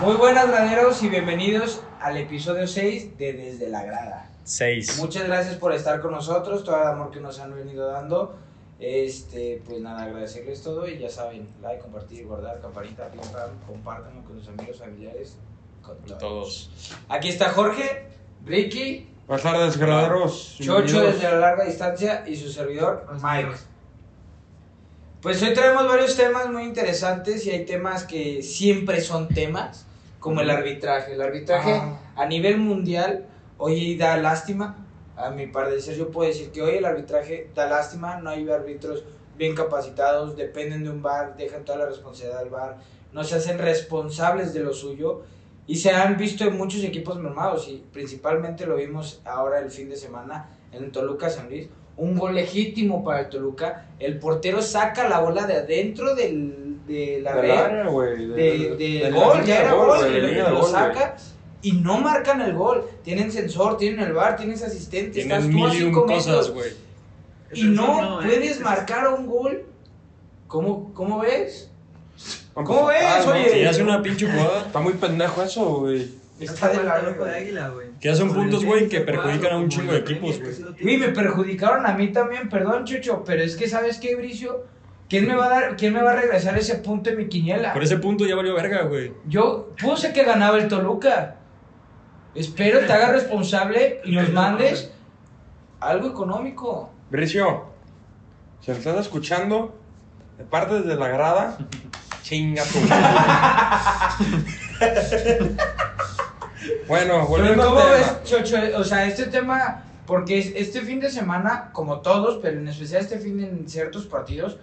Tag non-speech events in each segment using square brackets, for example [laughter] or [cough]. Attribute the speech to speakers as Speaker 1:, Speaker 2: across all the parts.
Speaker 1: Muy buenas, graneros, y bienvenidos al episodio 6 de Desde la Grada.
Speaker 2: 6.
Speaker 1: Muchas gracias por estar con nosotros, todo el amor que nos han venido dando. Este, pues nada, agradecerles todo y ya saben, like, compartir, guardar, campanita, pim pam, compártanlo con sus amigos, familiares, con todos.
Speaker 2: Todos.
Speaker 1: Aquí está Jorge, Ricky,
Speaker 3: Buenas tardes, guerreros.
Speaker 1: Chocho
Speaker 3: Bienvenidos.
Speaker 1: desde la larga distancia y su servidor Mike. Pues hoy traemos varios temas muy interesantes y hay temas que siempre son temas, como el arbitraje. El arbitraje
Speaker 3: Ah.
Speaker 1: a nivel mundial hoy da lástima. A mi parecer yo puedo decir que hoy el arbitraje da lástima, no hay árbitros bien capacitados, dependen de un bar, dejan toda la responsabilidad al bar, no se hacen responsables de lo suyo y se han visto en muchos equipos mermados y principalmente lo vimos ahora el fin de semana en Toluca San Luis, un gol legítimo para el Toluca, el portero saca la bola de adentro del, de la
Speaker 3: Del
Speaker 1: red
Speaker 3: área, güey. De,
Speaker 1: de,
Speaker 3: de-
Speaker 1: de
Speaker 3: de la
Speaker 1: gol,
Speaker 3: línea
Speaker 1: ya
Speaker 3: de
Speaker 1: era
Speaker 3: gol,
Speaker 1: gol,
Speaker 3: güey,
Speaker 1: y
Speaker 3: de
Speaker 1: lo,
Speaker 3: línea
Speaker 1: lo
Speaker 3: de gol, güey.
Speaker 1: saca y no marcan el gol. Tienen sensor, tienen el bar, tienes asistente, estás
Speaker 2: Tienen
Speaker 1: tú
Speaker 2: mil
Speaker 1: a
Speaker 2: y un
Speaker 1: cinco
Speaker 2: cosas,
Speaker 1: metros
Speaker 2: güey.
Speaker 1: y
Speaker 4: ¿eh?
Speaker 1: no eh. puedes marcar un gol. ¿Cómo, cómo ves?
Speaker 3: Vamos
Speaker 1: ¿Cómo
Speaker 3: a sacar,
Speaker 1: ves,
Speaker 3: ¿no?
Speaker 1: oye?
Speaker 2: Que ya hace una pinche jugada.
Speaker 1: [laughs]
Speaker 3: Está muy pendejo eso, güey.
Speaker 1: Está eh. de la verga.
Speaker 2: Que ya son puntos, güey, que perjudican a un chingo de equipos, güey.
Speaker 1: Güey, me perjudicaron a mí también, perdón, Chucho, pero es que ¿sabes qué, Bricio? ¿Quién me va a dar, quién me va a regresar ese punto en mi quiniela?
Speaker 2: Por ese punto ya valió verga, güey.
Speaker 1: Yo puse que ganaba el Toluca. Espero te hagas responsable y nos mandes algo económico.
Speaker 3: Bricio, si nos estás escuchando, de parte desde
Speaker 1: [laughs]
Speaker 3: la grada, chinga tu madre. Bueno,
Speaker 1: Pero
Speaker 3: volviendo
Speaker 1: ¿cómo
Speaker 3: al tema.
Speaker 1: ves, Chocho? O sea, este tema, porque es- este fin de semana, como todos, pero en especial este fin en ciertos partidos,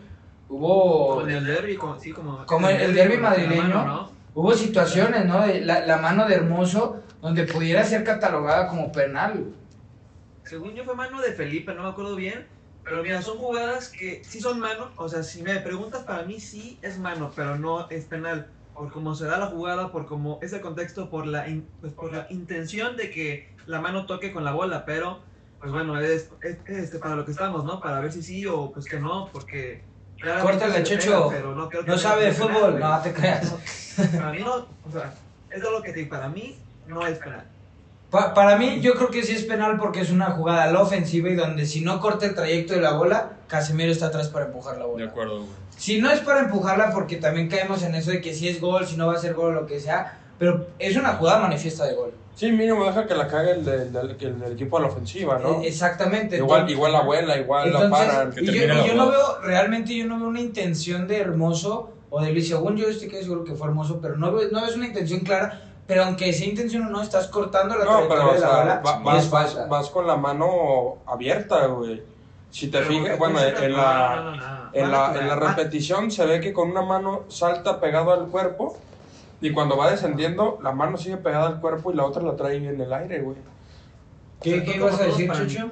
Speaker 1: hubo,
Speaker 4: Con el derby, como, sí, como,
Speaker 1: Como el- el derbi
Speaker 4: con la
Speaker 1: madrileño.
Speaker 4: mano,
Speaker 1: hubo situaciones, ¿no? De La, la mano de Hermoso, donde pudiera ser catalogada como penal.
Speaker 4: ¿no? Según yo fue mano de Felipe, no me acuerdo bien. Pero mira, son jugadas que sí son mano. O sea, si me preguntas, para mí sí es mano, pero no es penal. Por cómo se da la jugada, por cómo es el contexto, por la, in- pues, por la intención de que la mano toque con la bola. Pero, pues bueno, es, es- es, este, para lo que estamos, ¿no? Para ver si sí o pues que no, porque... claramente
Speaker 1: Córtale,
Speaker 4: se
Speaker 1: Checho.
Speaker 4: pero no, creo que
Speaker 1: No
Speaker 4: sea
Speaker 1: sabe de
Speaker 4: penal,
Speaker 1: fútbol,
Speaker 4: güey.
Speaker 1: no te creas.
Speaker 4: Para mí no, o sea, es lo que te digo, para mí no es penal.
Speaker 1: Pa- para mí, yo creo que sí es penal porque es una jugada a la ofensiva y donde si no corta el trayecto de la bola, Casemiro está atrás para empujar la
Speaker 2: De
Speaker 1: bola.
Speaker 2: acuerdo, güey.
Speaker 1: Si no es para empujarla, porque también caemos en eso de que si es gol, si no va a ser gol, lo que sea, pero es una jugada manifiesta de gol.
Speaker 3: Sí, mínimo deja que la cague el del, del- que el del equipo a la ofensiva, Ah, ¿no?
Speaker 1: E- Exactamente.
Speaker 3: Igual,
Speaker 1: Entonces-
Speaker 3: igual la abuela, igual la
Speaker 1: entonces,
Speaker 3: paran.
Speaker 2: que
Speaker 1: y yo,
Speaker 2: termine la
Speaker 1: y yo no
Speaker 2: jugada.
Speaker 1: veo, realmente yo no veo una intención de Hermoso o de Luis. Según yo estoy que seguro que fue Hermoso, pero no, veo- no ves una intención clara. Pero aunque sea intención o no, estás cortando la
Speaker 3: No,
Speaker 1: trayectoria
Speaker 3: pero o
Speaker 1: de la
Speaker 3: sea,
Speaker 1: bola.
Speaker 3: va-
Speaker 1: y
Speaker 3: vas,
Speaker 1: es falta.
Speaker 3: vas, vas con la mano abierta, güey. Si te
Speaker 4: Pero
Speaker 3: fijas,
Speaker 4: porque
Speaker 3: bueno,
Speaker 4: pusieron-
Speaker 3: en
Speaker 4: no,
Speaker 3: la,
Speaker 4: no, no, no.
Speaker 3: en
Speaker 4: Mano Ah.
Speaker 3: la, en la
Speaker 4: penal.
Speaker 3: repetición se ve que con una mano salta pegado al cuerpo y cuando va descendiendo la mano sigue pegada al cuerpo y la otra la trae en el aire, güey.
Speaker 1: ¿Qué, qué ibas a decir,
Speaker 4: Para mí.
Speaker 1: Chucho?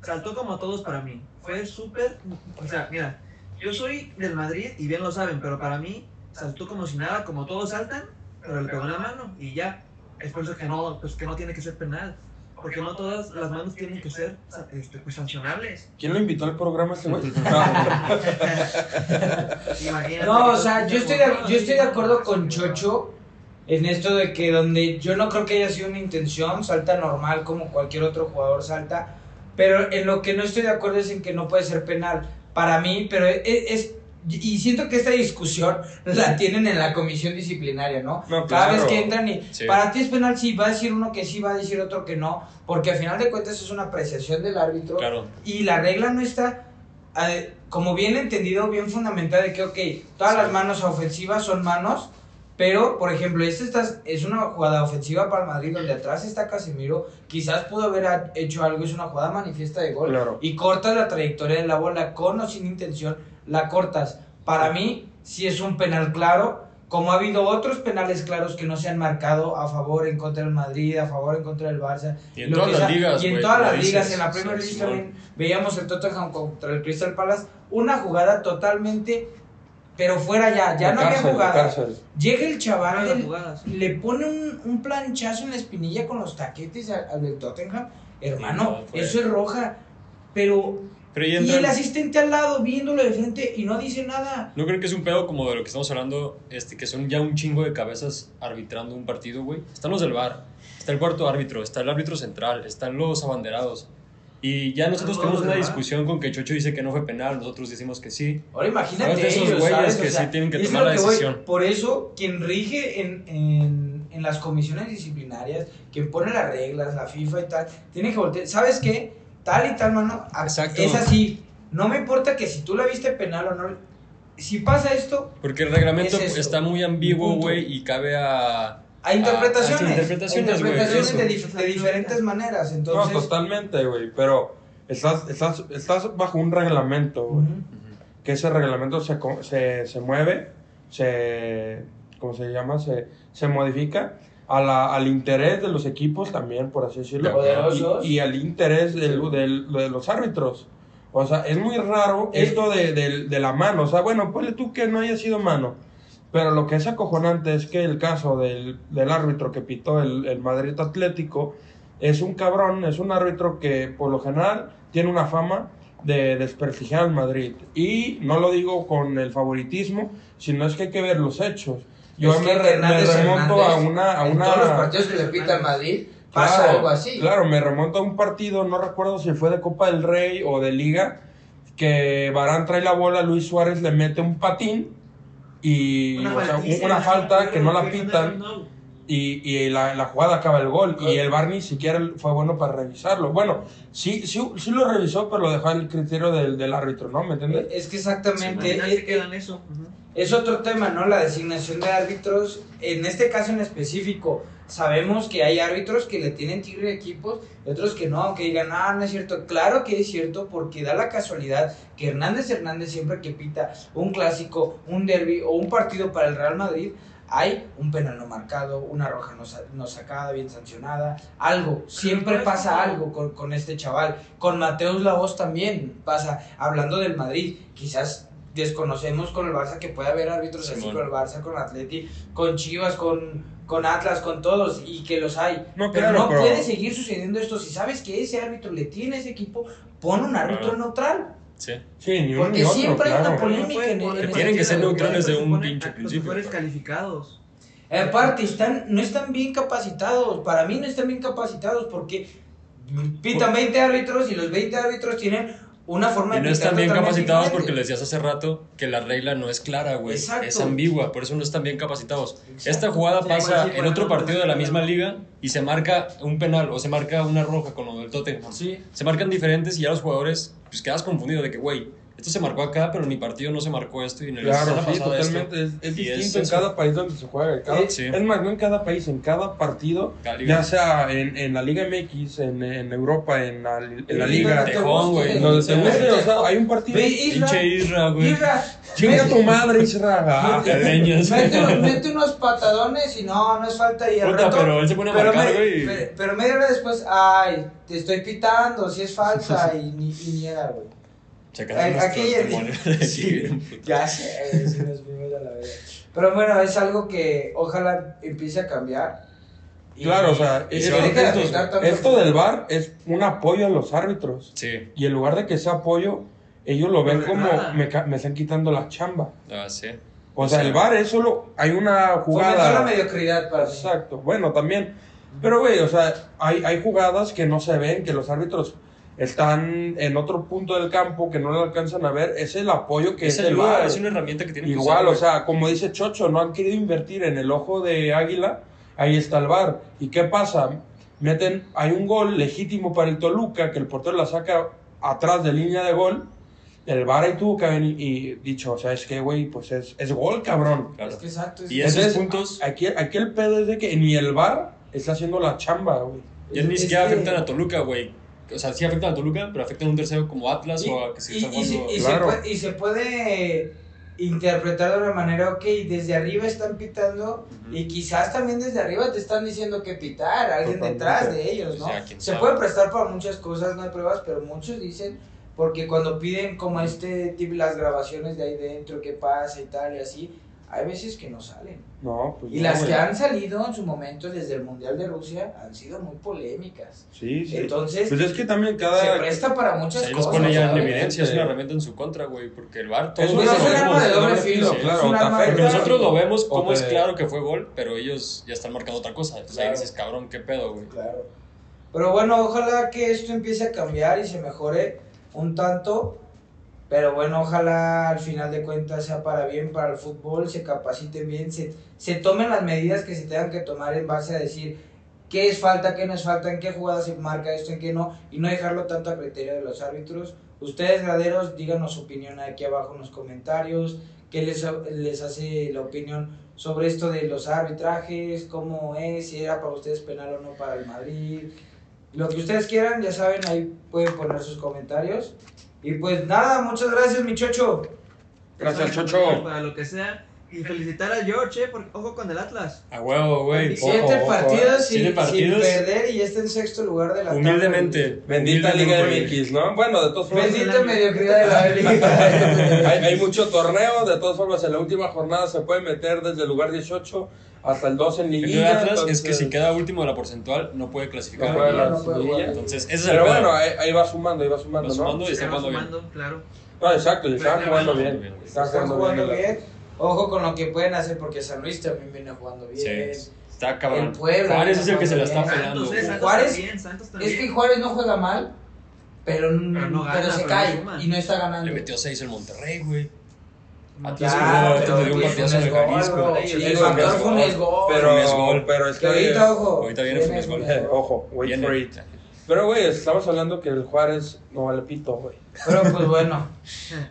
Speaker 4: Saltó como a todos para mí. Fue súper. O sea, mira, yo soy del Madrid y bien lo saben, pero para mí saltó como si nada, como todos saltan, pero le pegó en la mano y ya. Es por eso que no, pues, que no tiene que ser penal. Porque no todas las manos tienen que ser sa- este, pues, sancionables.
Speaker 3: ¿Quién lo invitó al programa
Speaker 4: [laughs]
Speaker 3: este güey? No.
Speaker 4: Imagínate
Speaker 1: No, o
Speaker 4: que
Speaker 1: sea,
Speaker 4: todos
Speaker 1: yo estoy, de,
Speaker 4: dicen,
Speaker 1: yo estoy de
Speaker 4: "No,
Speaker 1: acuerdo
Speaker 4: sí,
Speaker 1: con
Speaker 4: no".
Speaker 1: Chocho en esto de que donde yo no creo que haya sido una intención, salta normal como cualquier otro jugador salta, pero en lo que no estoy de acuerdo es en que no puede ser penal para mí, pero es... es- y siento que esta discusión la tienen en la comisión disciplinaria, ¿no?
Speaker 3: No,
Speaker 1: Cada vez
Speaker 3: claro.
Speaker 1: que entran y
Speaker 2: Sí.
Speaker 1: para ti es penal si va a decir uno que sí, va a decir otro que no, porque al final de cuentas es una apreciación del árbitro
Speaker 2: Claro.
Speaker 1: y la regla no está eh, como bien entendido, bien fundamentada de que, ok, todas
Speaker 2: Sí.
Speaker 1: las manos ofensivas son manos, pero, por ejemplo, esta está- es una jugada ofensiva para el Madrid, donde atrás está Casemiro, quizás pudo haber ha- hecho algo, es una jugada manifiesta de gol,
Speaker 3: Claro.
Speaker 1: y cortas la trayectoria de la bola, con o sin intención, la cortas. Para mí, sí es un penal claro, como ha habido otros penales claros que no se han marcado a favor, en contra del Madrid, a favor, en contra del Barça,
Speaker 2: Y en
Speaker 1: lo
Speaker 2: todas
Speaker 1: que
Speaker 2: las
Speaker 1: sea.
Speaker 2: ligas,
Speaker 1: Y en
Speaker 2: güey,
Speaker 1: todas
Speaker 2: como
Speaker 1: las
Speaker 2: dices,
Speaker 1: ligas, en la
Speaker 2: o sea,
Speaker 1: Premier League
Speaker 2: Simón.
Speaker 1: también veíamos el Tottenham contra el Crystal Palace, una jugada totalmente, pero fuera ya, [laughs] ya
Speaker 3: De
Speaker 1: no
Speaker 3: cárcel,
Speaker 1: había
Speaker 3: de
Speaker 1: jugada.
Speaker 3: cárcel.
Speaker 1: Llega el chaval,
Speaker 4: Todas las
Speaker 1: del-
Speaker 4: jugadas.
Speaker 1: le pone un, un planchazo en la espinilla con los taquetes al, al del Tottenham. Hermano,
Speaker 2: Sí, no, fue-
Speaker 1: eso es roja, pero
Speaker 2: Pero ahí
Speaker 1: Y
Speaker 2: entra-
Speaker 1: el asistente al lado viéndolo de frente y no dice nada.
Speaker 2: ¿No creen que es un pedo como de lo que estamos hablando? Este, que son ya un chingo de cabezas arbitrando un partido, güey. Están los del bar, está el cuarto árbitro, está el árbitro central, están los abanderados. Y ya nosotros
Speaker 4: Ah,
Speaker 2: tenemos
Speaker 4: los
Speaker 2: una
Speaker 4: del bar.
Speaker 2: discusión con que Chocho dice que no fue penal, nosotros decimos que sí.
Speaker 1: Ahora imagínate
Speaker 2: Sabes de esos
Speaker 1: ellos,
Speaker 2: güeyes
Speaker 1: ¿sabes?
Speaker 2: que sí tienen que
Speaker 1: y es
Speaker 2: tomar
Speaker 1: lo
Speaker 2: la
Speaker 1: voy.
Speaker 2: decisión.
Speaker 1: Por eso, quien rige en, en, en las comisiones disciplinarias, quien pone las reglas, la FIFA y tal, tiene que voltear. ¿Sabes qué? Tal y tal, mano, a-
Speaker 2: Exacto.
Speaker 1: es así. No me importa que si tú la viste penal o no. Si pasa esto,
Speaker 2: Porque el reglamento
Speaker 1: Es eso.
Speaker 2: está muy ambiguo,
Speaker 1: Punto.
Speaker 2: güey, y cabe a...
Speaker 1: hay interpretaciones.
Speaker 2: así, interpretaciones, güey,
Speaker 1: interpretaciones
Speaker 2: eso.
Speaker 1: de, dif- de diferentes maneras. Entonces,
Speaker 3: no, totalmente, güey. Pero estás, estás, estás bajo un reglamento, güey.
Speaker 1: ujú.
Speaker 3: Que ese reglamento se, co- se, se mueve, se. ¿Cómo se llama? Se, se modifica a la- al interés de los equipos también, por así decirlo.
Speaker 1: Poderosos.
Speaker 3: Y, y al interés del- del- de los árbitros. O sea, es muy raro
Speaker 1: Es-
Speaker 3: esto de, del- de la mano. O sea, bueno, ponle tú que no haya sido mano. Pero lo que es acojonante es que el caso del, del árbitro que pitó el, el Madrid Atlético es un cabrón, es un árbitro que por lo general tiene una fama de desprestigiar al Madrid. Y no lo digo con el favoritismo, sino es que hay que ver los hechos. Yo
Speaker 1: Es
Speaker 3: me,
Speaker 1: que
Speaker 3: re- me
Speaker 1: Hernández
Speaker 3: remonto a
Speaker 1: Hernández,
Speaker 3: una... A
Speaker 1: en
Speaker 3: una
Speaker 1: todos los partidos que le pita al Madrid pasa
Speaker 3: Claro,
Speaker 1: algo así.
Speaker 3: Claro, me remonto a un partido, no recuerdo si fue de Copa del Rey o de Liga, que Barán trae la bola, Luis Suárez le mete un patín y o sea, un- una, falta que no la pitan y, y la, la jugada acaba el gol y el VAR ni siquiera fue bueno para revisarlo. Bueno, sí, sí, sí lo revisó, pero lo dejó al criterio del, del árbitro, ¿no? ¿Me entiendes?
Speaker 1: Es que
Speaker 4: Al
Speaker 1: exactamente
Speaker 4: final
Speaker 1: es-
Speaker 4: se quedan eso. ujú.
Speaker 1: Es otro tema, ¿no? La designación de árbitros. En este caso en específico, sabemos que hay árbitros que le tienen tigre de equipos y otros que no, que digan, ah, no es cierto. Claro que es cierto porque da la casualidad que Hernández Hernández siempre que pita un clásico, un derby o un partido para el Real Madrid, hay un penal no marcado, una roja no, sa- no sacada, bien sancionada, algo. Siempre pasa algo con, con este chaval. Con Mateus Laos también pasa. Hablando del Madrid, quizás desconocemos con el Barça que puede haber árbitros así
Speaker 2: Simón.
Speaker 1: con el Barça, con Atleti, con Chivas, con, con Atlas, con todos, y que los hay.
Speaker 3: No,
Speaker 1: pero
Speaker 3: claro,
Speaker 1: no
Speaker 3: pero-
Speaker 1: puede seguir sucediendo esto. Si sabes que ese árbitro le tiene a ese equipo, pon un árbitro
Speaker 2: Claro.
Speaker 1: neutral.
Speaker 2: Sí.
Speaker 3: Sí, ni uno
Speaker 1: Porque
Speaker 3: ni otro,
Speaker 1: siempre hay una
Speaker 3: claro.
Speaker 1: pol- Polémica
Speaker 4: No puede
Speaker 1: en-
Speaker 4: poner
Speaker 1: en- Que
Speaker 2: eh, tienen que ser
Speaker 4: cualquiera, güey.
Speaker 2: neutrales de
Speaker 4: Por eso
Speaker 2: un
Speaker 4: ponen
Speaker 2: pinche
Speaker 4: a los
Speaker 2: principio,
Speaker 4: mejores
Speaker 2: güey.
Speaker 4: calificados.
Speaker 1: Aparte, están, no están bien capacitados. Para mí no están bien capacitados porque pitan 20 árbitros y los 20 árbitros tienen una forma
Speaker 2: Y no
Speaker 1: pitar
Speaker 2: están bien
Speaker 1: totalmente
Speaker 2: capacitados
Speaker 1: diferente.
Speaker 2: porque les decías hace rato que la regla no es clara, güey.
Speaker 1: Exacto.
Speaker 2: Es ambigua, por eso no están bien capacitados.
Speaker 1: Exacto.
Speaker 2: Esta jugada
Speaker 4: Sí,
Speaker 2: pasa
Speaker 4: igual sí,
Speaker 2: en otro
Speaker 4: igual,
Speaker 2: partido
Speaker 4: sí,
Speaker 2: de la
Speaker 4: igual.
Speaker 2: misma liga y se marca un penal o se marca una roja con lo del Tottenham. Se marcan diferentes y ya los jugadores pues quedas confundido de que, güey, esto se marcó acá, pero en mi partido no se marcó esto y en el
Speaker 3: Claro,
Speaker 2: semana
Speaker 3: sí,
Speaker 2: pasada esto.
Speaker 3: totalmente. Es, es
Speaker 2: Y es
Speaker 3: distinto en
Speaker 2: eso.
Speaker 3: cada país donde se juega. en cada-
Speaker 2: Sí.
Speaker 3: Es más, no en cada país, en cada partido
Speaker 2: Cada liga.
Speaker 3: Ya sea en, en la Liga MX, en, en Europa, en la, en la Liga.
Speaker 2: Tejón, güey,
Speaker 3: Donde te guste, o sea, hay un partido.
Speaker 1: Ve Isra,
Speaker 2: Pinche Isra, güey.
Speaker 1: Isra,
Speaker 3: Chinga tu madre, Israel.
Speaker 2: Te
Speaker 1: [laughs]
Speaker 2: leñas.
Speaker 1: Mete, unos- mete unos patadones y no, no es falta. Y al
Speaker 2: Puta,
Speaker 1: rato-
Speaker 2: pero él se pone a marcar,
Speaker 1: me-
Speaker 2: güey.
Speaker 1: Pero, pero media hora después, ay, te estoy pitando, si es falta. [laughs] y, ni, y niega, güey.
Speaker 2: Sacaste
Speaker 1: Ay,
Speaker 2: unos
Speaker 1: aquí ya-
Speaker 2: demonios [laughs] de aquí, güey.
Speaker 1: Ya sé, sí nos vimos a la vez. Pero bueno, es algo que ojalá empiece a cambiar. Y-
Speaker 3: Claro, o sea,
Speaker 1: y
Speaker 2: es-
Speaker 1: se deje de
Speaker 3: esto-
Speaker 1: pitar tanto.
Speaker 3: Esto del VAR es un apoyo a los árbitros.
Speaker 2: Sí,
Speaker 3: Y en lugar de que sea apoyo, ellos lo ven
Speaker 4: No,
Speaker 3: como
Speaker 4: nada.
Speaker 3: me, ca- me están quitando la chamba.
Speaker 2: ah, sí.
Speaker 3: O sea, el VAR es solo. Hay una
Speaker 1: Fomentó la
Speaker 3: jugada.
Speaker 1: mediocridad para mí.
Speaker 3: Exacto, bueno, también. Pero, güey, o sea, hay, hay jugadas que no se ven, que los árbitros están en otro punto del campo, que no lo alcanzan a ver. Es el apoyo que
Speaker 2: Esa
Speaker 3: es el
Speaker 2: ayuda,
Speaker 3: VAR.
Speaker 2: es una herramienta que tienen que
Speaker 3: Igual,
Speaker 2: usar,
Speaker 3: o sea, como dice Chocho, no han querido invertir en el ojo de Águila, ahí está el VAR. ¿Y qué pasa? Meten, hay un gol legítimo para el Toluca, que el portero la saca atrás de línea de gol. El VAR ahí tuvo que haber y, y dicho, o sea, es que, güey, pues es, es gol, cabrón.
Speaker 2: güey. Claro.
Speaker 1: Es que exacto. es-
Speaker 2: Y esos
Speaker 3: Entonces,
Speaker 2: puntos
Speaker 3: Aquí, aquí el pedo es de que ni el bar está haciendo la chamba, güey.
Speaker 2: ya
Speaker 1: es-
Speaker 2: ni
Speaker 1: es
Speaker 2: siquiera
Speaker 1: que-
Speaker 2: afectan a Toluca, güey. O sea, sí afectan a Toluca, pero afectan a un tercero como Atlas
Speaker 1: Y-
Speaker 2: o a que se
Speaker 1: y-
Speaker 2: está
Speaker 1: y se-
Speaker 2: jugando.
Speaker 1: y se
Speaker 3: Claro.
Speaker 1: puede- Y se puede interpretar de una manera, ok, desde arriba están pitando
Speaker 2: Ujú.
Speaker 1: y quizás también desde arriba te están diciendo que pitar, alguien
Speaker 3: Totalmente.
Speaker 1: detrás de ellos, ¿no?
Speaker 2: O sea, quién
Speaker 1: se
Speaker 2: sabe.
Speaker 1: puede prestar para muchas cosas, no hay pruebas, pero muchos dicen, porque cuando piden como este tipo, las grabaciones de ahí dentro, qué pasa y tal y así, hay veces que no salen.
Speaker 3: No, pues
Speaker 1: Y
Speaker 3: no,
Speaker 1: las
Speaker 3: güey.
Speaker 1: que han salido en su momento desde el Mundial de Rusia han sido muy polémicas.
Speaker 3: Sí, sí.
Speaker 1: Entonces,
Speaker 3: Pues es que también
Speaker 1: se
Speaker 3: cada.
Speaker 1: presta para muchas
Speaker 2: Pues Ahí los
Speaker 1: cosas.
Speaker 2: pone ya en
Speaker 1: ¿sabes?
Speaker 2: evidencia, es
Speaker 3: este-
Speaker 2: una herramienta en su contra, güey, porque el VAR todo
Speaker 3: Es
Speaker 1: Es
Speaker 3: un
Speaker 1: un
Speaker 3: arma
Speaker 1: arma de doble filo.
Speaker 2: sí,
Speaker 1: es un
Speaker 3: claro,
Speaker 1: arma de
Speaker 2: Porque
Speaker 3: te afecta.
Speaker 1: doble
Speaker 2: nosotros lo
Speaker 1: filo.
Speaker 2: vemos como
Speaker 3: O
Speaker 2: es
Speaker 3: te-
Speaker 2: claro que fue gol, pero ellos ya están marcando otra cosa. Entonces ahí
Speaker 1: Claro.
Speaker 2: dices, cabrón, qué pedo, güey.
Speaker 1: Claro. Pero bueno, ojalá que esto empiece a cambiar y se mejore un tanto. Pero bueno, ojalá al final de cuentas sea para bien para el fútbol, se capaciten bien, se, se tomen las medidas que se tengan que tomar en base a decir qué es falta, qué no es falta, en qué jugada se marca esto, en qué no, y no dejarlo tanto a criterio de los árbitros. Ustedes, graderos, díganos su opinión aquí abajo en los comentarios, qué les, les hace la opinión sobre esto de los arbitrajes, cómo es, si era para ustedes penal o no para el Madrid. Lo que ustedes quieran, ya saben, ahí pueden poner sus comentarios. Y pues nada, muchas gracias, mi chocho.
Speaker 3: Gracias,
Speaker 4: Personas
Speaker 3: Chocho.
Speaker 4: que- pues, Para lo que sea. Y felicitar a George, eh, porque ojo con el Atlas.
Speaker 2: A huevo, güey.
Speaker 4: Ojo,
Speaker 1: Siete
Speaker 3: ojo,
Speaker 1: partidos,
Speaker 2: eh.
Speaker 1: sin,
Speaker 2: Siete partidos.
Speaker 1: sin perder y ya está en sexto lugar de la tabla.
Speaker 2: Humildemente.
Speaker 3: Bendita Liga
Speaker 2: humildemente,
Speaker 3: MX, ¿no? Bueno, de todos formas.
Speaker 1: Bendita mediocridad de la liga.
Speaker 3: [laughs] Hay, hay mucho torneo, de todas formas en la última jornada se puede meter desde el lugar 18 hasta el 2 en
Speaker 2: güey. El pedo de
Speaker 3: liguilla.
Speaker 2: Atlas es que
Speaker 3: entonces-
Speaker 2: si queda último de la porcentual, no puede clasificar.
Speaker 3: No puede
Speaker 2: güey.
Speaker 1: No puede jugar.
Speaker 2: Entonces, ese es el
Speaker 3: Pero
Speaker 2: pedo.
Speaker 3: bueno, ahí, ahí va sumando, ahí va
Speaker 2: Va
Speaker 3: sumando, ¿no?
Speaker 2: sumando y está
Speaker 4: Se va
Speaker 2: jugando bien.
Speaker 4: sumando, claro.
Speaker 3: No, Ah, exacto, le están
Speaker 4: Pero
Speaker 3: jugando
Speaker 4: está
Speaker 2: jugando
Speaker 3: bien.
Speaker 2: bien.
Speaker 3: Están
Speaker 1: Están jugando
Speaker 3: bien.
Speaker 1: bien. Ojo con lo que pueden hacer porque San Luis también viene jugando bien.
Speaker 2: Sí, está
Speaker 1: El
Speaker 2: cabrón.
Speaker 1: Puebla,
Speaker 2: Juárez es el que se la
Speaker 1: el
Speaker 2: está
Speaker 1: Puebla.
Speaker 2: pelando.
Speaker 4: Santos, eh,
Speaker 2: güey.
Speaker 4: Santos
Speaker 1: Juárez-
Speaker 4: también, Santos también.
Speaker 1: Es que Juárez no juega mal, pero,
Speaker 4: no gana,
Speaker 1: pero se
Speaker 4: pero no
Speaker 1: cae
Speaker 4: suma.
Speaker 1: y no está
Speaker 2: Le
Speaker 1: ganando.
Speaker 2: metió 6 el Monterrey, güey.
Speaker 4: No,
Speaker 2: Ya, Atlas
Speaker 1: pero
Speaker 2: le dio un
Speaker 1: pues,
Speaker 2: partidazo
Speaker 1: Funes
Speaker 2: en
Speaker 1: Gol,
Speaker 2: Jalisco.
Speaker 1: bro.
Speaker 4: Sí,
Speaker 1: El
Speaker 4: Funes
Speaker 1: factor
Speaker 3: Gol.
Speaker 1: Funes Gol.
Speaker 2: Funes
Speaker 3: Pero,
Speaker 2: Gol.
Speaker 3: pero es
Speaker 1: Que ahorita, ojo.
Speaker 2: Ahorita viene Funes Gol.
Speaker 3: Eh, ojo, wait
Speaker 2: Viene.
Speaker 3: for it. Pero, güey, estamos hablando que el Juárez no vale pito, güey.
Speaker 1: Pero pues bueno,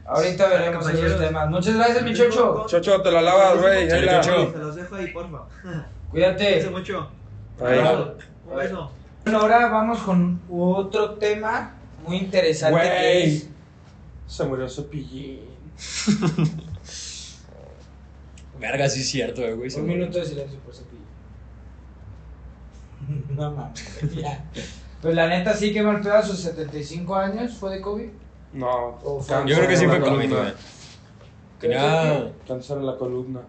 Speaker 1: ahorita veremos
Speaker 4: Compañeros.
Speaker 1: esos temas. Muchas gracias, mi chocho.
Speaker 3: Chocho, te la lavas, güey. ahí la-
Speaker 2: Chocho.
Speaker 4: Se los dejo ahí, porfa. Cuídense
Speaker 1: Cuídate.
Speaker 4: mucho.
Speaker 3: Ahí.
Speaker 4: Abrazo. Un beso.
Speaker 1: Bueno, ahora vamos con otro tema muy interesante que
Speaker 3: Güey.
Speaker 1: es
Speaker 3: Se murió Cepillín.
Speaker 2: Verga, sí es cierto, eh, güey. se
Speaker 1: un
Speaker 2: me-
Speaker 1: minuto de silencio por cepillo. [laughs] No mames, ya. Pues la neta sí que mal pedo a sus 75 años fue de COVID.
Speaker 3: No,
Speaker 1: Oh, fuck.
Speaker 3: cáncer
Speaker 2: Yo creo que sí
Speaker 3: en la
Speaker 2: fue COVID,
Speaker 3: columna.
Speaker 2: güey. Tenía...
Speaker 3: Cáncer en la columna.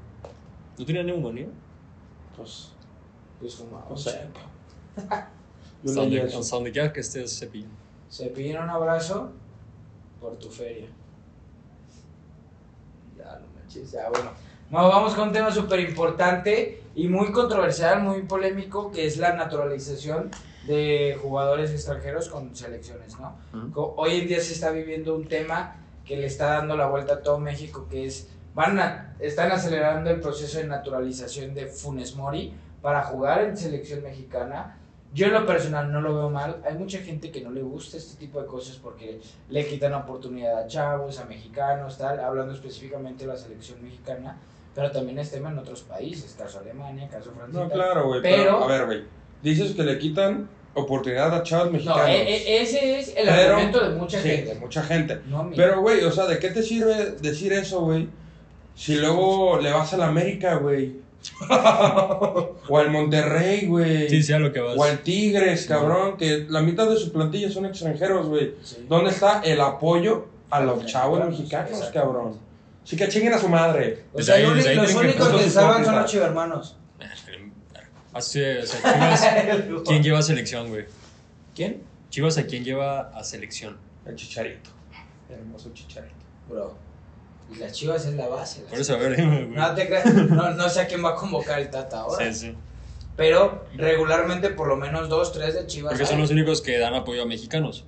Speaker 2: ¿No tenía neumonía?
Speaker 3: Pues,
Speaker 1: Pues fumaba.
Speaker 3: no sé. Yo
Speaker 2: Hasta
Speaker 3: leí
Speaker 2: donde-
Speaker 3: eso.
Speaker 2: hasta donde quiera que estés, Cepillín.
Speaker 1: Cepillín, un abrazo por tu feria. Ya, no manches, ya, bueno. No, vamos con un tema súper importante y muy controversial, muy polémico, que es la naturalización de jugadores extranjeros con selecciones, ¿no?
Speaker 2: Ujú.
Speaker 1: Co- Hoy en día se está viviendo un tema que le está dando la vuelta a todo México, que es, van a- están acelerando el proceso de naturalización de Funes Mori para jugar en selección mexicana. Yo en lo personal no lo veo mal. Hay mucha gente que no le gusta este tipo de cosas porque le quitan oportunidad a chavos, a mexicanos, tal, hablando específicamente de la selección mexicana, pero también es tema en otros países, caso Alemania, caso Francia.
Speaker 3: No,
Speaker 1: tal.
Speaker 3: claro, güey. Pero,
Speaker 1: Pero-
Speaker 3: a ver, güey. Dices que le quitan oportunidad a
Speaker 2: eh,
Speaker 3: chavos
Speaker 1: No,
Speaker 3: mexicanos.
Speaker 1: e- e- ese es el
Speaker 3: Pero-
Speaker 1: argumento de mucha
Speaker 3: Sí, de
Speaker 1: gente.
Speaker 3: mucha gente.
Speaker 1: No, mi-
Speaker 3: Pero, güey, o sea, ¿de qué te sirve decir eso, güey? Si luego le vas a la
Speaker 2: [laughs]
Speaker 3: América, güey. o al Monterrey, güey.
Speaker 2: Sí, sí, a lo que vas.
Speaker 3: o al Tigres, cabrón. Que la mitad de su plantilla son extranjeros, güey.
Speaker 1: Sí.
Speaker 3: ¿Dónde está el apoyo a los chavos mexicanos,
Speaker 1: Exacto.
Speaker 3: cabrón? Sí que chinguen a su madre.
Speaker 1: O sea,
Speaker 2: Desde ahí-
Speaker 1: lo uni-
Speaker 2: desde ahí
Speaker 1: Pues los
Speaker 2: tienen que
Speaker 1: únicos que,
Speaker 3: poner sus
Speaker 1: salvan son
Speaker 3: hipótesis.
Speaker 1: los chivermanos.
Speaker 2: Hace, Ah, o sea,
Speaker 1: [laughs]
Speaker 2: Chivas, [laughs] ¿quién lleva a selección, güey?
Speaker 1: ¿Quién?
Speaker 2: Chivas, ¿a quién lleva a selección?
Speaker 3: El chicharito. Hermoso chicharito.
Speaker 1: Bro. Y las chivas es la base. las-
Speaker 2: Por eso, a ver, [laughs] dime, güey.
Speaker 1: No te creas, no, no sé a quién va a convocar el Tata ahora.
Speaker 2: Sí, sí.
Speaker 1: Pero regularmente por lo menos dos, tres de Chivas.
Speaker 2: Porque
Speaker 1: hay.
Speaker 2: son los únicos que dan apoyo a mexicanos.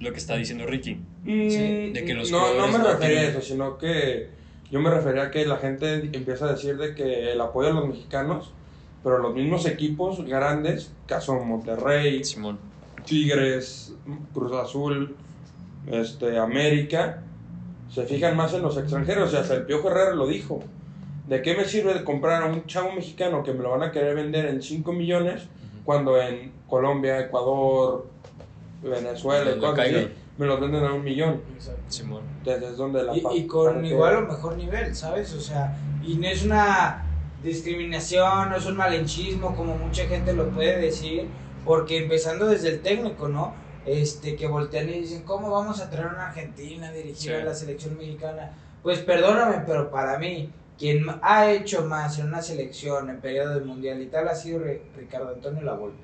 Speaker 2: Lo que está diciendo Ricky.
Speaker 1: Sí,
Speaker 2: de que los
Speaker 3: no, no
Speaker 2: jugadores
Speaker 3: me
Speaker 2: no
Speaker 3: refería a
Speaker 2: tienen-
Speaker 3: eso, sino que yo me refería a que la gente empieza a decir de que el apoyo a los mexicanos, pero los mismos equipos grandes, caso Monterrey,
Speaker 2: Simón.
Speaker 3: Tigres, Cruz Azul, este, América, se fijan más en los extranjeros. Y hasta el Piojo Herrera lo dijo. ¿De qué me sirve de comprar a un chavo mexicano que me lo van a querer vender en 5 millones cuando en Colombia, Ecuador, Venezuela,
Speaker 2: Donde
Speaker 3: y cosas así,
Speaker 2: caigan.
Speaker 3: me los venden a un millón?
Speaker 1: Exacto.
Speaker 2: Simón.
Speaker 3: Desde es donde la
Speaker 1: Y,
Speaker 3: pa-
Speaker 1: y con
Speaker 3: parte-
Speaker 1: igual o mejor nivel, ¿sabes? O sea, y no es una discriminación, no es un malenchismo, como mucha gente lo puede decir, porque empezando desde el técnico, ¿no? Este, que voltean y dicen, ¿cómo vamos a traer a una Argentina a dirigir
Speaker 2: Sí.
Speaker 1: a la selección mexicana? Pues perdóname, pero para mí, Quien ha hecho más en una selección en periodo de mundial y tal ha sido Re- Ricardo Antonio Lavolpe.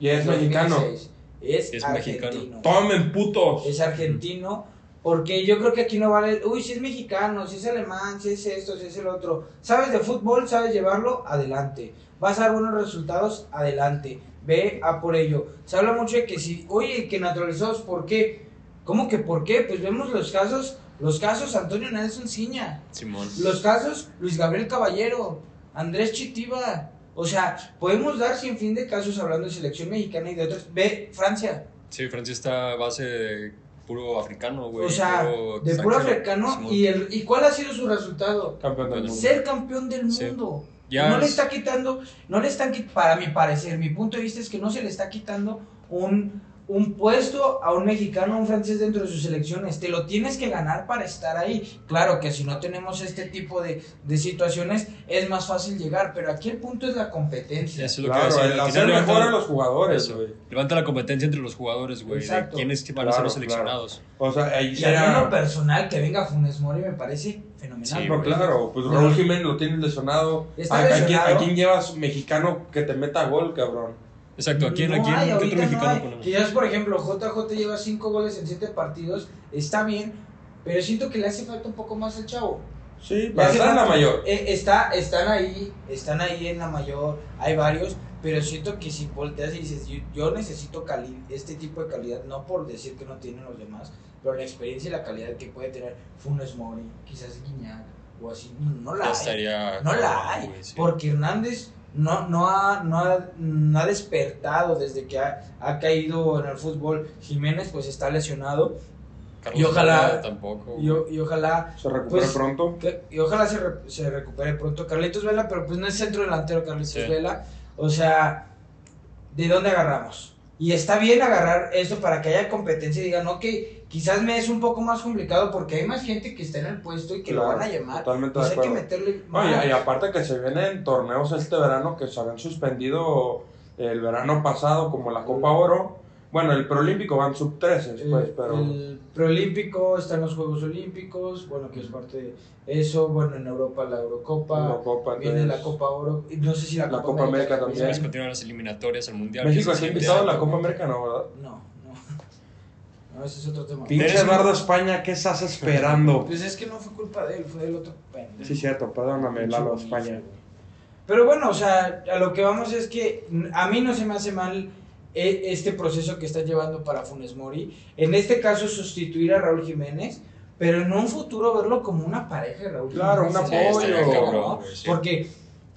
Speaker 3: Y es
Speaker 1: En
Speaker 3: mexicano.
Speaker 1: 2006. Es,
Speaker 2: Es mexicano.
Speaker 1: argentino.
Speaker 3: Tomen putos.
Speaker 1: Es argentino. Porque yo creo que aquí no vale. Uy, si es mexicano, si es alemán, si es esto, si es el otro. ¿Sabes de fútbol? ¿Sabes llevarlo? Adelante. Vas a dar buenos resultados? Adelante. Ve a por ello. Se habla mucho de que si, oye, que naturalizados, ¿por qué? ¿Cómo que por qué? Pues vemos los casos, los casos Antonio Nelson Ciña.
Speaker 2: Simón.
Speaker 1: Los casos, Luis Gabriel Caballero, Andrés Chitiba. O sea, podemos dar sin fin de casos hablando de selección mexicana y de otras. Ve Francia.
Speaker 2: Sí, Francia está base de puro africano, güey.
Speaker 1: o sea,
Speaker 2: puro
Speaker 1: de puro
Speaker 2: extranjero.
Speaker 1: africano.
Speaker 2: Simón.
Speaker 1: ¿Y, el, ¿Y cuál ha sido su resultado?
Speaker 3: Campeón del mundo.
Speaker 1: Ser campeón del
Speaker 2: Sí.
Speaker 1: mundo.
Speaker 2: Ya
Speaker 1: no le
Speaker 2: es-
Speaker 1: está quitando, no le están quit- para mi parecer, mi punto de vista es que no se le está quitando un, un puesto a un mexicano, a un francés dentro de sus selecciones. Te lo tienes que ganar para estar ahí. Claro que si no tenemos este tipo de, de situaciones es más fácil llegar, pero aquí el punto es la competencia.
Speaker 2: Eso es lo que
Speaker 3: Claro,
Speaker 2: iba a decir,
Speaker 3: el
Speaker 2: al
Speaker 3: hacer
Speaker 2: final
Speaker 3: mejor
Speaker 2: levanta-
Speaker 3: a los jugadores,
Speaker 2: Eso.
Speaker 3: güey.
Speaker 2: Levanta la competencia entre los jugadores, güey. De
Speaker 1: Exacto.
Speaker 2: quiénes van a ser
Speaker 3: Claro,
Speaker 2: los
Speaker 3: claro.
Speaker 2: seleccionados.
Speaker 3: O sea, ahí
Speaker 1: Y a mí en lo
Speaker 3: será.
Speaker 1: personal que venga Funes Mori me parece fenomenal.
Speaker 2: Sí,
Speaker 3: No, claro, pues Raúl Jiménez lo tiene lesionado.
Speaker 1: Está
Speaker 3: ¿A, a quién,
Speaker 1: lesionado.
Speaker 3: a quién llevas mexicano que te meta gol, cabrón?
Speaker 2: Exacto, ¿a quién?
Speaker 1: No
Speaker 2: ¿A quién?
Speaker 1: hay,
Speaker 2: ¿Qué
Speaker 1: ahorita
Speaker 2: otro
Speaker 1: no
Speaker 2: mexicano
Speaker 1: hay.
Speaker 2: ponemos?
Speaker 1: Quizás, por ejemplo, JJ lleva 5 goles en 7 partidos, está bien, pero siento que le hace falta un poco más al chavo.
Speaker 3: Sí,
Speaker 1: Le
Speaker 3: para
Speaker 1: hace
Speaker 3: estar en la
Speaker 1: falta-
Speaker 3: mayor.
Speaker 1: Eh, está, están ahí, están ahí en la mayor, hay varios, pero siento que si volteas y dices, yo, yo necesito cali este tipo de calidad, no por decir que no tienen los demás, pero la experiencia y la calidad que puede tener Funes Mori, quizás Guiñac, o así, no, no la
Speaker 2: Ya
Speaker 1: hay.
Speaker 2: estaría.
Speaker 1: No
Speaker 2: Ah, cabrón,
Speaker 1: la hay,
Speaker 2: güey, sí.
Speaker 1: porque Hernández no, no, ha, no, ha, no ha despertado desde que ha, ha caído en el fútbol. Jiménez pues está lesionado
Speaker 2: Carlos
Speaker 1: y ojalá-
Speaker 2: Vela Tampoco.
Speaker 1: y, o- y ojalá
Speaker 3: Se recupera
Speaker 1: Pues-
Speaker 3: pronto.
Speaker 1: que- y ojalá se, re- se recupere pronto Carlitos Vela, pero pues no es centro delantero Carlitos
Speaker 2: Sí.
Speaker 1: Vela. O sea, ¿de dónde agarramos? Y está bien agarrar eso para que haya competencia y digan, ok, quizás me es un poco más complicado porque hay más gente que está en el puesto y que lo
Speaker 3: Claro,
Speaker 1: van a llamar.
Speaker 3: Totalmente
Speaker 1: Pues
Speaker 3: de
Speaker 1: hay que
Speaker 3: acuerdo.
Speaker 1: meterle
Speaker 3: No, y, y
Speaker 1: más.
Speaker 3: aparte que se vienen torneos este verano que se habían suspendido el verano pasado, como la Copa Oro. Bueno, el Prolímpico van sub 13,
Speaker 1: el,
Speaker 3: pues, pero.
Speaker 1: el preolímpico, están los Juegos Olímpicos, bueno, que es parte de eso, bueno, en Europa la Eurocopa,
Speaker 3: la Copa,
Speaker 1: viene la
Speaker 3: entonces,
Speaker 1: Copa Oro, y no sé si la,
Speaker 3: La Copa América
Speaker 2: Pues
Speaker 3: también.
Speaker 2: Después continúan las eliminatorias al mundial.
Speaker 3: México
Speaker 2: que es
Speaker 3: está
Speaker 2: el siguiente
Speaker 3: invitado a la
Speaker 2: año.
Speaker 3: Copa América, ¿no? ¿verdad?
Speaker 1: No, no, no, [laughs] ese es otro tema.
Speaker 3: Pinche
Speaker 2: Eres-
Speaker 3: Eduardo España, ¿qué estás [laughs] esperando?
Speaker 1: Pues es que no fue culpa de él, fue del otro pendejo.
Speaker 3: Sí, cierto, perdóname, Lalo
Speaker 1: Sí,
Speaker 3: España.
Speaker 1: Pero bueno, o sea, a lo que vamos es que mm, a mí no se me hace mal eh, este proceso que está llevando para Funes Mori. En este caso, sustituir a Raúl Jiménez, pero en un futuro verlo como una pareja de Raúl
Speaker 3: Claro,
Speaker 1: Jiménez.
Speaker 3: un
Speaker 2: Sí,
Speaker 1: ¿no?
Speaker 2: estaría
Speaker 3: apoyo.
Speaker 2: cabrón, güey, sí.
Speaker 1: Porque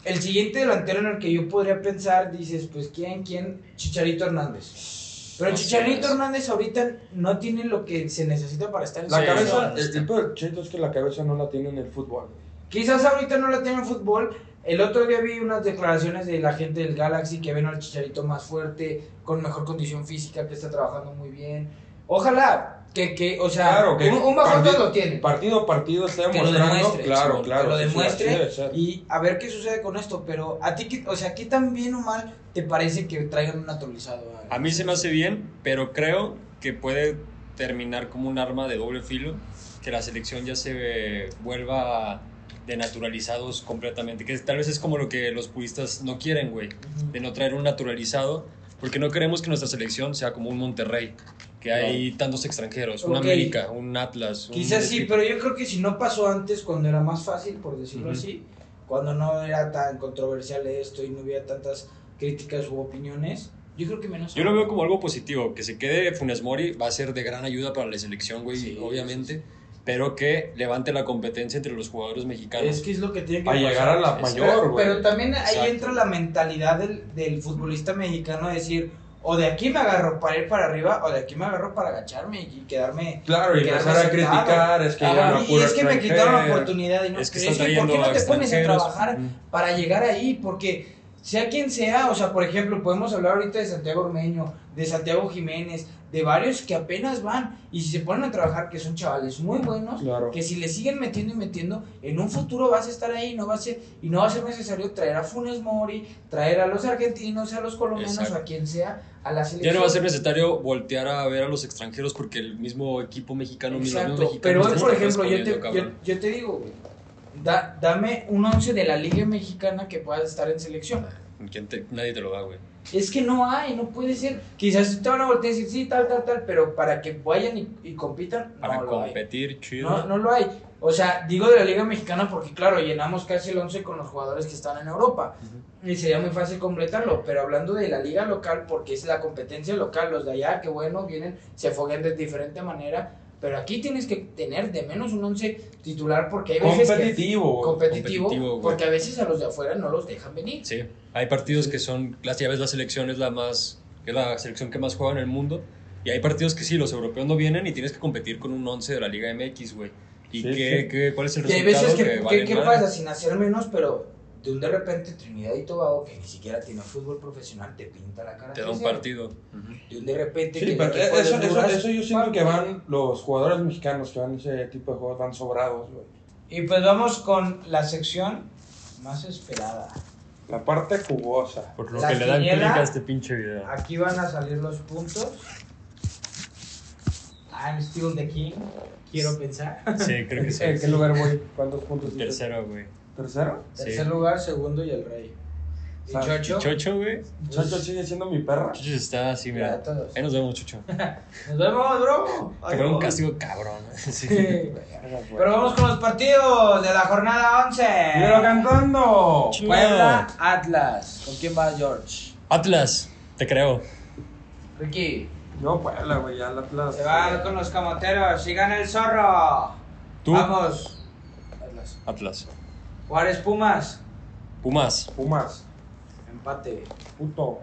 Speaker 1: el siguiente delantero en el que yo podría pensar, dices, pues quién, quién, Chicharito Hernández. Pero
Speaker 2: No sé,
Speaker 1: Chicharito
Speaker 2: es-
Speaker 1: Hernández ahorita no tiene lo que se necesita para estar en
Speaker 3: La
Speaker 1: su
Speaker 3: cabeza,
Speaker 1: posición.
Speaker 3: el, el peor cheto es que la cabeza no la tiene en el fútbol.
Speaker 1: Quizás ahorita no la tiene en fútbol. El otro día vi unas declaraciones de la gente del Galaxy que ven al Chicharito más fuerte, con mejor condición física, que está trabajando muy bien. Ojalá que, que o sea,
Speaker 3: Claro, que
Speaker 1: un, un bajón
Speaker 3: parti-
Speaker 1: todos lo tiene.
Speaker 3: Partido a partido está
Speaker 1: Que lo
Speaker 3: demostrando.
Speaker 1: demuestre,
Speaker 3: Claro,
Speaker 1: Simón,
Speaker 3: claro.
Speaker 1: que lo
Speaker 3: sí, sí, así
Speaker 1: demuestre
Speaker 3: debe ser.
Speaker 1: y a ver qué sucede con esto. Pero a ti, qué- o sea, ¿qué tan bien o mal te parece que traigan un naturalizado?
Speaker 2: A mí se me hace bien, pero creo que puede terminar como un arma de doble filo, que la selección ya se eh, vuelva de naturalizados completamente, que tal vez es como lo que los puristas no quieren, güey, de no traer un naturalizado, porque no queremos que nuestra selección sea como un Monterrey, que hay tantos extranjeros, un
Speaker 1: Ok.
Speaker 2: América, un Atlas. un
Speaker 1: Quizás sí,
Speaker 2: equipo.
Speaker 1: pero yo creo que si no pasó antes, cuando era más fácil, por decirlo
Speaker 2: Ujú.
Speaker 1: así, cuando no era tan controversial esto y no hubiera tantas críticas u opiniones, yo creo que menos.
Speaker 2: Yo lo veo como algo positivo, que se quede Funes Mori va a ser de gran ayuda para la selección, güey,
Speaker 1: Sí,
Speaker 2: obviamente, pero que levante la competencia entre los jugadores mexicanos.
Speaker 1: Es que es lo que tiene que
Speaker 3: A
Speaker 1: pasar.
Speaker 3: llegar a la
Speaker 2: Sí, sí.
Speaker 3: mayor,
Speaker 1: pero,
Speaker 3: güey.
Speaker 1: pero también ahí
Speaker 2: Exacto.
Speaker 1: entra la mentalidad del, del futbolista mexicano de decir, o de aquí me agarro para ir para arriba, o de aquí me agarro para agacharme y quedarme...
Speaker 3: Claro, y
Speaker 1: quedarme
Speaker 3: empezar a
Speaker 1: sentado".
Speaker 3: criticar, es que
Speaker 1: Ajá,
Speaker 3: ya
Speaker 1: y es que me quitaron la oportunidad y no,
Speaker 2: Es que
Speaker 1: pero
Speaker 2: están
Speaker 1: es que ¿por
Speaker 2: trayendo
Speaker 1: qué no
Speaker 2: a
Speaker 1: te pones a
Speaker 2: extranjeros.
Speaker 1: trabajar
Speaker 2: Ujú.
Speaker 1: para llegar ahí? Porque sea quien sea, o sea, por ejemplo, podemos hablar ahorita de Santiago Ormeño, de Santiago Jiménez, de varios que apenas van y si se ponen a trabajar, que son chavales muy buenos,
Speaker 3: Claro.
Speaker 1: que si le siguen metiendo y metiendo, en un futuro vas a estar ahí no va a ser, y no va a ser necesario traer a Funes Mori, traer a los argentinos, a los colombianos
Speaker 2: Exacto.
Speaker 1: o a quien sea a la selección.
Speaker 2: Ya no va a ser necesario voltear a ver a los extranjeros porque el mismo equipo mexicano, mismo
Speaker 1: Exacto,
Speaker 2: mexicano.
Speaker 1: pero hoy,
Speaker 2: está
Speaker 1: por ejemplo, yo
Speaker 2: respondiendo,
Speaker 1: te, yo,
Speaker 2: cabrón.
Speaker 1: yo te digo, güey, da- dame un 11 de la Liga Mexicana que pueda estar en selección.
Speaker 2: ¿Quién te- nadie te lo da, güey.
Speaker 1: Es que no hay, no puede ser. Quizás te van a voltear y decir, sí, tal, tal, tal, pero para que vayan y, y compitan, no
Speaker 2: Para
Speaker 1: lo hay.
Speaker 2: competir, chido.
Speaker 1: No, no lo hay. O sea, digo de la Liga Mexicana porque, claro, llenamos casi el 11 con los jugadores que están en Europa. Y sería muy fácil completarlo. Pero hablando de la Liga local, porque es la competencia local, los de allá, que bueno, vienen, se foguean de diferente manera. Pero aquí tienes que tener de menos un 11 titular porque hay veces. que-
Speaker 3: Competitivo. güey.
Speaker 1: competitivo.
Speaker 2: Competitivo, güey.
Speaker 1: porque a veces a los de afuera no los dejan venir.
Speaker 2: Sí, hay partidos que son, las llaves, la selección es la más, que es la selección que más juega en el mundo. Y hay partidos que sí, los europeos no vienen y tienes que competir con un 11 de la Liga MX, güey. ¿Y
Speaker 3: Sí,
Speaker 2: qué,
Speaker 3: sí.
Speaker 2: qué- cuál es el
Speaker 1: Y hay
Speaker 2: resultado?
Speaker 1: veces que, que-
Speaker 2: valen
Speaker 1: ¿qué
Speaker 2: madre?
Speaker 1: pasa? Sin hacer menos, pero de un de repente Trinidad y Tobago, que ni siquiera tiene fútbol profesional, te pinta la cara.
Speaker 2: Te da un
Speaker 1: Sí.
Speaker 2: partido.
Speaker 1: Y de repente.
Speaker 3: Sí,
Speaker 1: que el
Speaker 3: pero
Speaker 1: equipo
Speaker 3: eh, eso,
Speaker 1: de
Speaker 3: eso,
Speaker 1: Honduras-
Speaker 3: eso yo siento que van los jugadores mexicanos que van a ese tipo de juegos, van sobrados, güey.
Speaker 1: Y pues vamos con la sección más esperada.
Speaker 3: La parte jugosa.
Speaker 2: Por
Speaker 1: lo La que le dan quiniela- click a este
Speaker 2: pinche video.
Speaker 1: Aquí van a salir los puntos. I'm still the king, quiero pensar.
Speaker 2: Sí,
Speaker 1: [laughs]
Speaker 2: creo que sí.
Speaker 3: ¿En qué lugar voy? ¿Cuántos puntos? dices?
Speaker 2: Tercero, güey.
Speaker 3: ¿Tercero?
Speaker 2: Sí.
Speaker 1: Tercer lugar, segundo y el rey. Y
Speaker 3: Ah,
Speaker 1: Chocho.
Speaker 2: Chocho, güey.
Speaker 3: Chacho sigue siendo mi perra.
Speaker 2: Chocho está así,
Speaker 1: mira,
Speaker 2: mira.
Speaker 1: todos.
Speaker 2: Ahí nos vemos, Chocho. Te
Speaker 1: Nos vemos, bro.
Speaker 4: Ay,
Speaker 2: fue un
Speaker 4: no.
Speaker 2: castigo cabrón. ¿eh?
Speaker 1: [laughs]
Speaker 2: Sí.
Speaker 3: Verga, güey.
Speaker 1: Pero vamos con los partidos de la jornada 11.
Speaker 3: ¡Pero cantando!
Speaker 2: Ch-
Speaker 1: Puebla Atlas. ¿Con quién va George?
Speaker 2: [laughs] Atlas, te creo.
Speaker 1: Ricky.
Speaker 3: No, Puebla, güey, ya la plaza.
Speaker 1: Se va con los camoteros. Y gana el zorro.
Speaker 2: Tú.
Speaker 1: Vamos. Atlas.
Speaker 2: Atlas.
Speaker 1: Juárez Pumas.
Speaker 2: Pumas.
Speaker 3: Pumas,
Speaker 1: Empate.
Speaker 3: puto.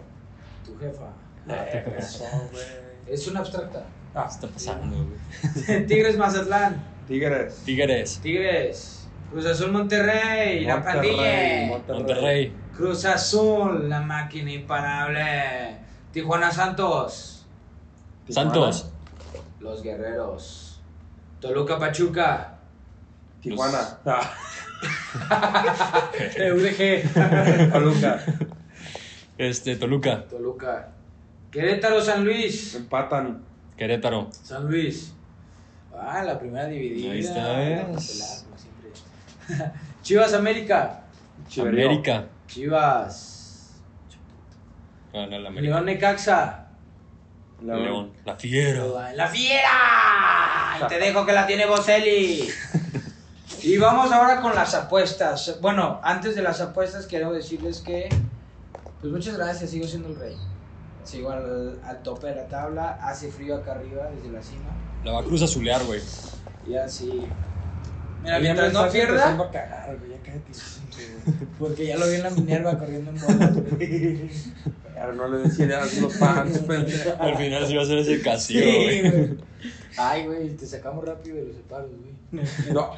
Speaker 1: Tu jefa. Eh,
Speaker 3: Eso, güey.
Speaker 1: Es una abstracta. [laughs]
Speaker 3: Ah,
Speaker 2: ¿Qué está pasando, güey?
Speaker 1: Tigres Mazatlán.
Speaker 3: Tigres.
Speaker 2: Tigres.
Speaker 1: Tigres. Cruz Azul Monterrey. la
Speaker 3: Monterrey,
Speaker 1: pandilla.
Speaker 2: Monterrey.
Speaker 1: Cruz Azul. La máquina imparable. Tijuana Santos.
Speaker 3: Tijuana.
Speaker 2: Santos.
Speaker 1: Los Guerreros. Toluca Pachuca.
Speaker 3: Tijuana. Ah, [laughs]
Speaker 2: Eh,
Speaker 1: UDG.
Speaker 3: Toluca.
Speaker 2: Este, Toluca.
Speaker 1: Toluca. Querétaro San Luis.
Speaker 3: Empatan.
Speaker 2: Querétaro.
Speaker 1: San Luis. Ah, la primera dividida.
Speaker 2: Ahí está,
Speaker 1: Ah,
Speaker 2: ¿ves?
Speaker 1: pues, la- como siempre. [laughs] Chivas América.
Speaker 3: Chiverío.
Speaker 2: América.
Speaker 1: Chivas.
Speaker 2: Gana la América.
Speaker 1: León Necaxa.
Speaker 3: León.
Speaker 2: León. La Fiera.
Speaker 1: La fiera. Y te dejo que la tiene Bocelli. [laughs] Y vamos ahora con las apuestas. Bueno, antes de las apuestas quiero decirles que, pues muchas gracias, sigo siendo el rey. Sigo al, al tope de la tabla, hace frío acá arriba, desde la cima.
Speaker 2: La va a cruz azulear, güey.
Speaker 1: Y así. Mira,
Speaker 3: Ya
Speaker 1: mientras
Speaker 3: me
Speaker 1: no
Speaker 3: estás empezando
Speaker 1: pierda,
Speaker 3: a cagar, güey, ya cállate, güey.
Speaker 1: porque ya lo vi en la Minerva corriendo en [laughs] bola.
Speaker 3: Pero no le des ideas a los fans, [laughs] pendejo.
Speaker 2: Al final sí va a ser ese castigo,
Speaker 1: Sí,
Speaker 2: güey.
Speaker 1: güey. Ay, güey, te sacamos rápido de los separos, güey.
Speaker 3: No.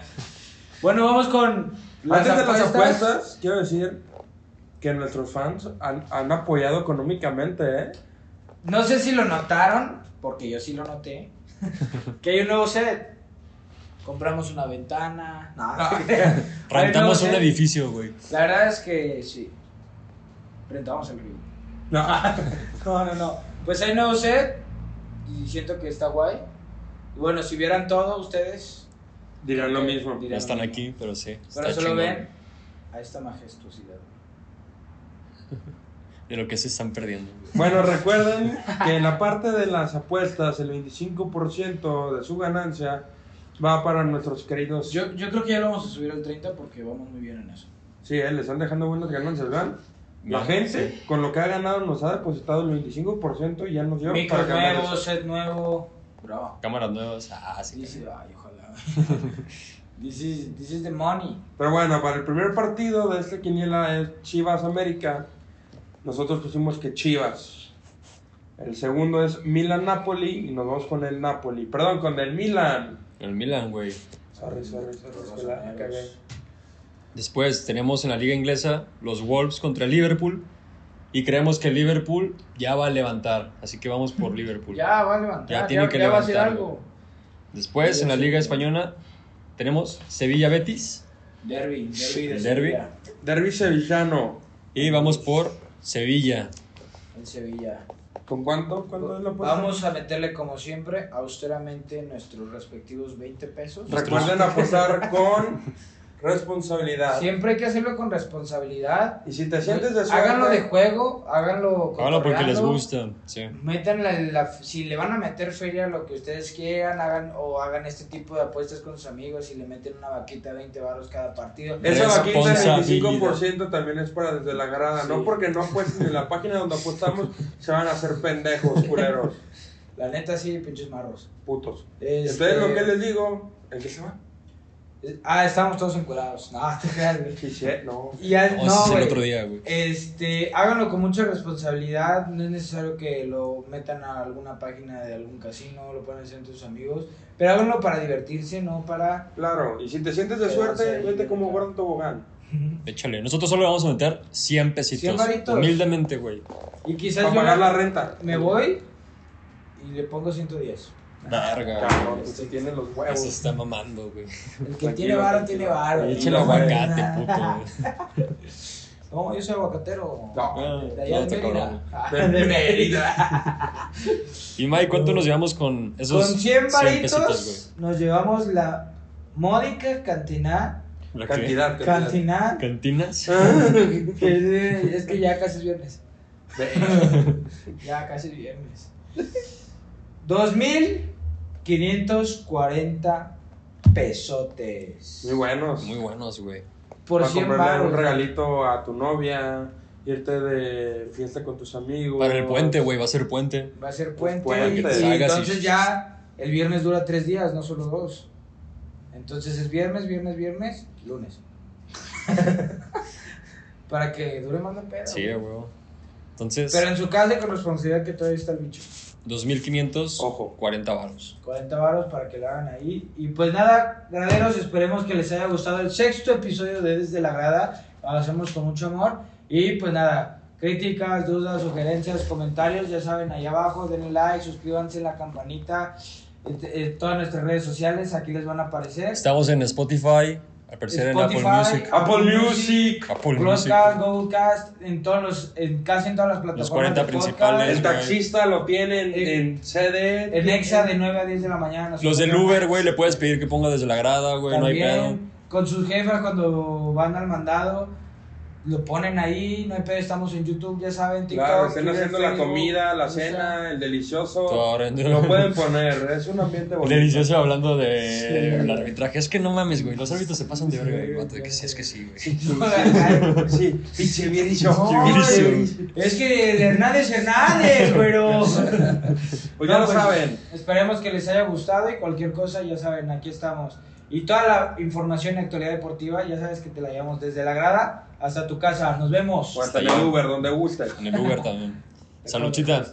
Speaker 1: Bueno, vamos con
Speaker 3: Antes de las apuestas, quiero decir que nuestros fans han, han apoyado económicamente, ¿eh?
Speaker 1: No sé si lo notaron, porque yo sí lo
Speaker 3: [laughs]
Speaker 1: noté. que hay un nuevo set. Compramos una ventana. No,
Speaker 3: Ah.
Speaker 1: no te creas. Hay un nuevo
Speaker 2: Rentamos un
Speaker 1: set.
Speaker 2: edificio, güey.
Speaker 1: [laughs] La verdad es que sí. Rentamos el río.
Speaker 3: No. [laughs]
Speaker 1: No, no, no. Pues hay nuevo set. Y siento que está guay. Y bueno, si vieran todo ustedes. Eh,
Speaker 3: Dirán lo mismo.
Speaker 1: Dirán.
Speaker 2: No están aquí, pero sí.
Speaker 1: Pero
Speaker 2: está
Speaker 1: solo
Speaker 2: chingón.
Speaker 1: ven a esta majestuosidad.
Speaker 2: De lo que se están perdiendo. güey.
Speaker 3: Bueno, recuerden que en la parte de las apuestas, el 25% de su ganancia va para nuestros queridos.
Speaker 1: Yo, yo creo que ya lo vamos a subir al 30 porque vamos muy bien en eso.
Speaker 3: Sí, eh, les están dejando buenas ganancias, ¿verdad? La
Speaker 2: Bien,
Speaker 3: gente con lo que ha ganado nos ha depositado el 25% y ya nos dio para
Speaker 1: Micros
Speaker 3: ganar
Speaker 1: nuevos,
Speaker 3: eso.
Speaker 1: set nuevo. Bravo.
Speaker 2: Cámaras nuevas. Ah, sí.
Speaker 1: Dice, ay, [laughs] ojalá. this, is, this is the money.
Speaker 3: Pero bueno, para el primer partido de esta quiniela es Chivas América. Nosotros pusimos que Chivas. El segundo es Milan Napoli y nos vamos con el Napoli. Perdón, con el Milan.
Speaker 2: El Milan, güey.
Speaker 3: Sorry, sorry, sorry,
Speaker 1: Los
Speaker 3: es que la
Speaker 1: negros.
Speaker 3: cagué.
Speaker 2: Después tenemos en la liga inglesa los Wolves contra el Liverpool. Y creemos que el Liverpool ya va a levantar. Así que vamos por Liverpool.
Speaker 1: Ya va a levantar.
Speaker 2: Ya tiene que
Speaker 1: va a hacer
Speaker 2: levantar,
Speaker 1: algo.
Speaker 2: Después en la liga española tenemos Sevilla Betis.
Speaker 1: Derby, derby de
Speaker 2: El derbi.
Speaker 1: Sevilla.
Speaker 3: Derby sevillano.
Speaker 2: Y vamos por Sevilla.
Speaker 1: En Sevilla.
Speaker 3: ¿Con cuánto? ¿Cuánto es la apuesta?
Speaker 1: Vamos a meterle como siempre austeramente nuestros respectivos 20 pesos.
Speaker 3: Recuerden apostar con responsabilidad.
Speaker 1: Siempre hay que hacerlo con responsabilidad.
Speaker 3: Y si te sientes de suerte,
Speaker 1: Háganlo de juego, háganlo
Speaker 2: Háganlo porque les
Speaker 1: cotorreando.
Speaker 2: gusta. Sí.
Speaker 1: Metan la, la- si le van a meter feria a lo que ustedes quieran, hagan o hagan este tipo de apuestas con sus amigos y le meten una vaquita 20 baros cada partido.
Speaker 3: Esa vaquita del
Speaker 2: Responsabilidad.
Speaker 3: 25% también es para desde la grada.
Speaker 1: Sí.
Speaker 3: No porque no apuesten en la página donde apostamos, se van a hacer pendejos, culeros,
Speaker 1: La neta sí, pinches marros.
Speaker 3: putos.
Speaker 1: Este-
Speaker 3: Entonces, lo que les digo, ¿en qué se va?
Speaker 1: Ah, estamos todos encuadrados. No, [laughs] te creas, güey.
Speaker 3: Quisiera, no.
Speaker 1: Y ya-
Speaker 2: O
Speaker 1: no,
Speaker 2: sea, Oh, el
Speaker 1: güey.
Speaker 2: otro día, güey.
Speaker 1: Este, háganlo con mucha responsabilidad, no es necesario que lo metan a alguna página de algún casino, lo pueden hacer entre sus amigos, pero háganlo para divertirse, no para... [laughs]
Speaker 3: Claro, y si te sientes de
Speaker 1: Pero
Speaker 3: suerte,
Speaker 1: sí.
Speaker 3: vete como gordo en tobogán.
Speaker 2: Échale. Nosotros solo le vamos a meter 100 pesitos.
Speaker 1: 100 varitos.
Speaker 2: humildemente, güey.
Speaker 1: Y quizás
Speaker 3: Para
Speaker 1: yo
Speaker 3: pagar
Speaker 1: la-
Speaker 3: la renta.
Speaker 1: me voy y le pongo 110. Ah,
Speaker 2: Verga. güey.
Speaker 3: Cabrón, tú
Speaker 1: pues,
Speaker 3: sí tienes los huevos.
Speaker 2: Se está mamando, güey.
Speaker 1: El que
Speaker 3: Tranquilo,
Speaker 1: tiene varo,
Speaker 3: tranquilo.
Speaker 1: tiene varo.
Speaker 3: Y
Speaker 2: Échale
Speaker 3: no, güey.
Speaker 2: aguacate, puto.
Speaker 1: No, yo soy aguacatero.
Speaker 3: No.
Speaker 1: De allá
Speaker 2: No,
Speaker 1: de
Speaker 2: te
Speaker 1: Mérida. Ah, [laughs]
Speaker 3: De
Speaker 1: de
Speaker 3: Mérida.
Speaker 1: Mérida.
Speaker 2: Y Mike, ¿cuánto nos llevamos con esos
Speaker 1: Con 100
Speaker 2: pesitos,
Speaker 1: varitos nos llevamos la módica cantidad,
Speaker 2: güey? ¿La qué?
Speaker 3: Cantidad, cantidad.
Speaker 1: cantidad,
Speaker 2: ¿Cantinas?
Speaker 1: que es, de- es que ya casi es viernes. [laughs] Ya casi es viernes. 2.540 pesotes.
Speaker 3: Muy buenos.
Speaker 2: Muy buenos, güey.
Speaker 1: Por
Speaker 3: para
Speaker 1: 100
Speaker 3: comprarle
Speaker 1: baros.
Speaker 3: un regalito a tu novia, irte de fiesta con tus amigos.
Speaker 2: Para el puente, güey. Va a ser puente.
Speaker 1: Va a ser puente.
Speaker 3: Puente.
Speaker 1: y
Speaker 3: Que te
Speaker 2: salgas
Speaker 1: entonces
Speaker 2: y-
Speaker 1: ya el viernes dura tres días, no solo dos. Entonces es viernes, viernes, viernes, lunes. [laughs] Para que dure más la peda.
Speaker 2: Sí,
Speaker 1: güey.
Speaker 2: güey. Entonces,
Speaker 1: Pero en su casa y con responsabilidad que todavía está el bicho.
Speaker 2: 2.540 baros.
Speaker 1: 40 varos para que lo hagan ahí. Y pues nada, graderos, esperemos que les haya gustado el sexto episodio de Desde la Grada. Lo hacemos con mucho amor. Y pues nada, críticas, dudas, sugerencias, comentarios, ya saben, ahí abajo, denle like, suscríbanse, la campanita. En en todas nuestras redes sociales, aquí les van a aparecer.
Speaker 2: Estamos en Spotify. Al parecer en Apple Music.
Speaker 3: Apple Music.
Speaker 2: Apple Music.
Speaker 1: Broadcast, Googlecast, en todos los, en casi en todas las plataformas.
Speaker 2: 40
Speaker 1: de podcast.
Speaker 2: principales.
Speaker 3: El taxista lo tienen en CD.
Speaker 1: Eh, En Exa de 9 a 10 de la mañana. nos
Speaker 2: Los del
Speaker 1: escuchan.
Speaker 2: Uber, güey, le puedes pedir que ponga desde la grada, güey, Pues no hay pedo.
Speaker 1: También, con sus jefas cuando van al mandado, lo ponen ahí, no hay pedo, estamos en YouTube, ya saben, TikTok.
Speaker 3: Claro, estén
Speaker 1: Twitter,
Speaker 3: haciendo la
Speaker 1: Facebook,
Speaker 3: comida, la
Speaker 1: Insta. [laughs]
Speaker 3: cena, el delicioso.
Speaker 2: Ahora,
Speaker 3: Lo pueden poner, es un ambiente bonito.
Speaker 2: [laughs] Delicioso hablando de el arbitraje. Es que no mames, güey. Los árbitros se pasan de verga, güey. vato, de que sí, es que sí, güey.
Speaker 3: Sí, pinche bien dicho.
Speaker 1: No,
Speaker 2: Buenísimo.
Speaker 1: es que el Hernández Hernández,
Speaker 3: [laughs]
Speaker 1: pero...
Speaker 3: Pues ya
Speaker 1: No,
Speaker 3: lo
Speaker 1: pues,
Speaker 3: saben.
Speaker 1: Esperemos que les haya gustado y cualquier cosa, ya saben, aquí estamos. Y toda la información y actualidad deportiva, ya sabes que te la llevamos desde la grada hasta tu casa. Nos vemos. pues,
Speaker 3: O hasta en el Uber, donde guste.
Speaker 2: En el Uber también. Saludcita.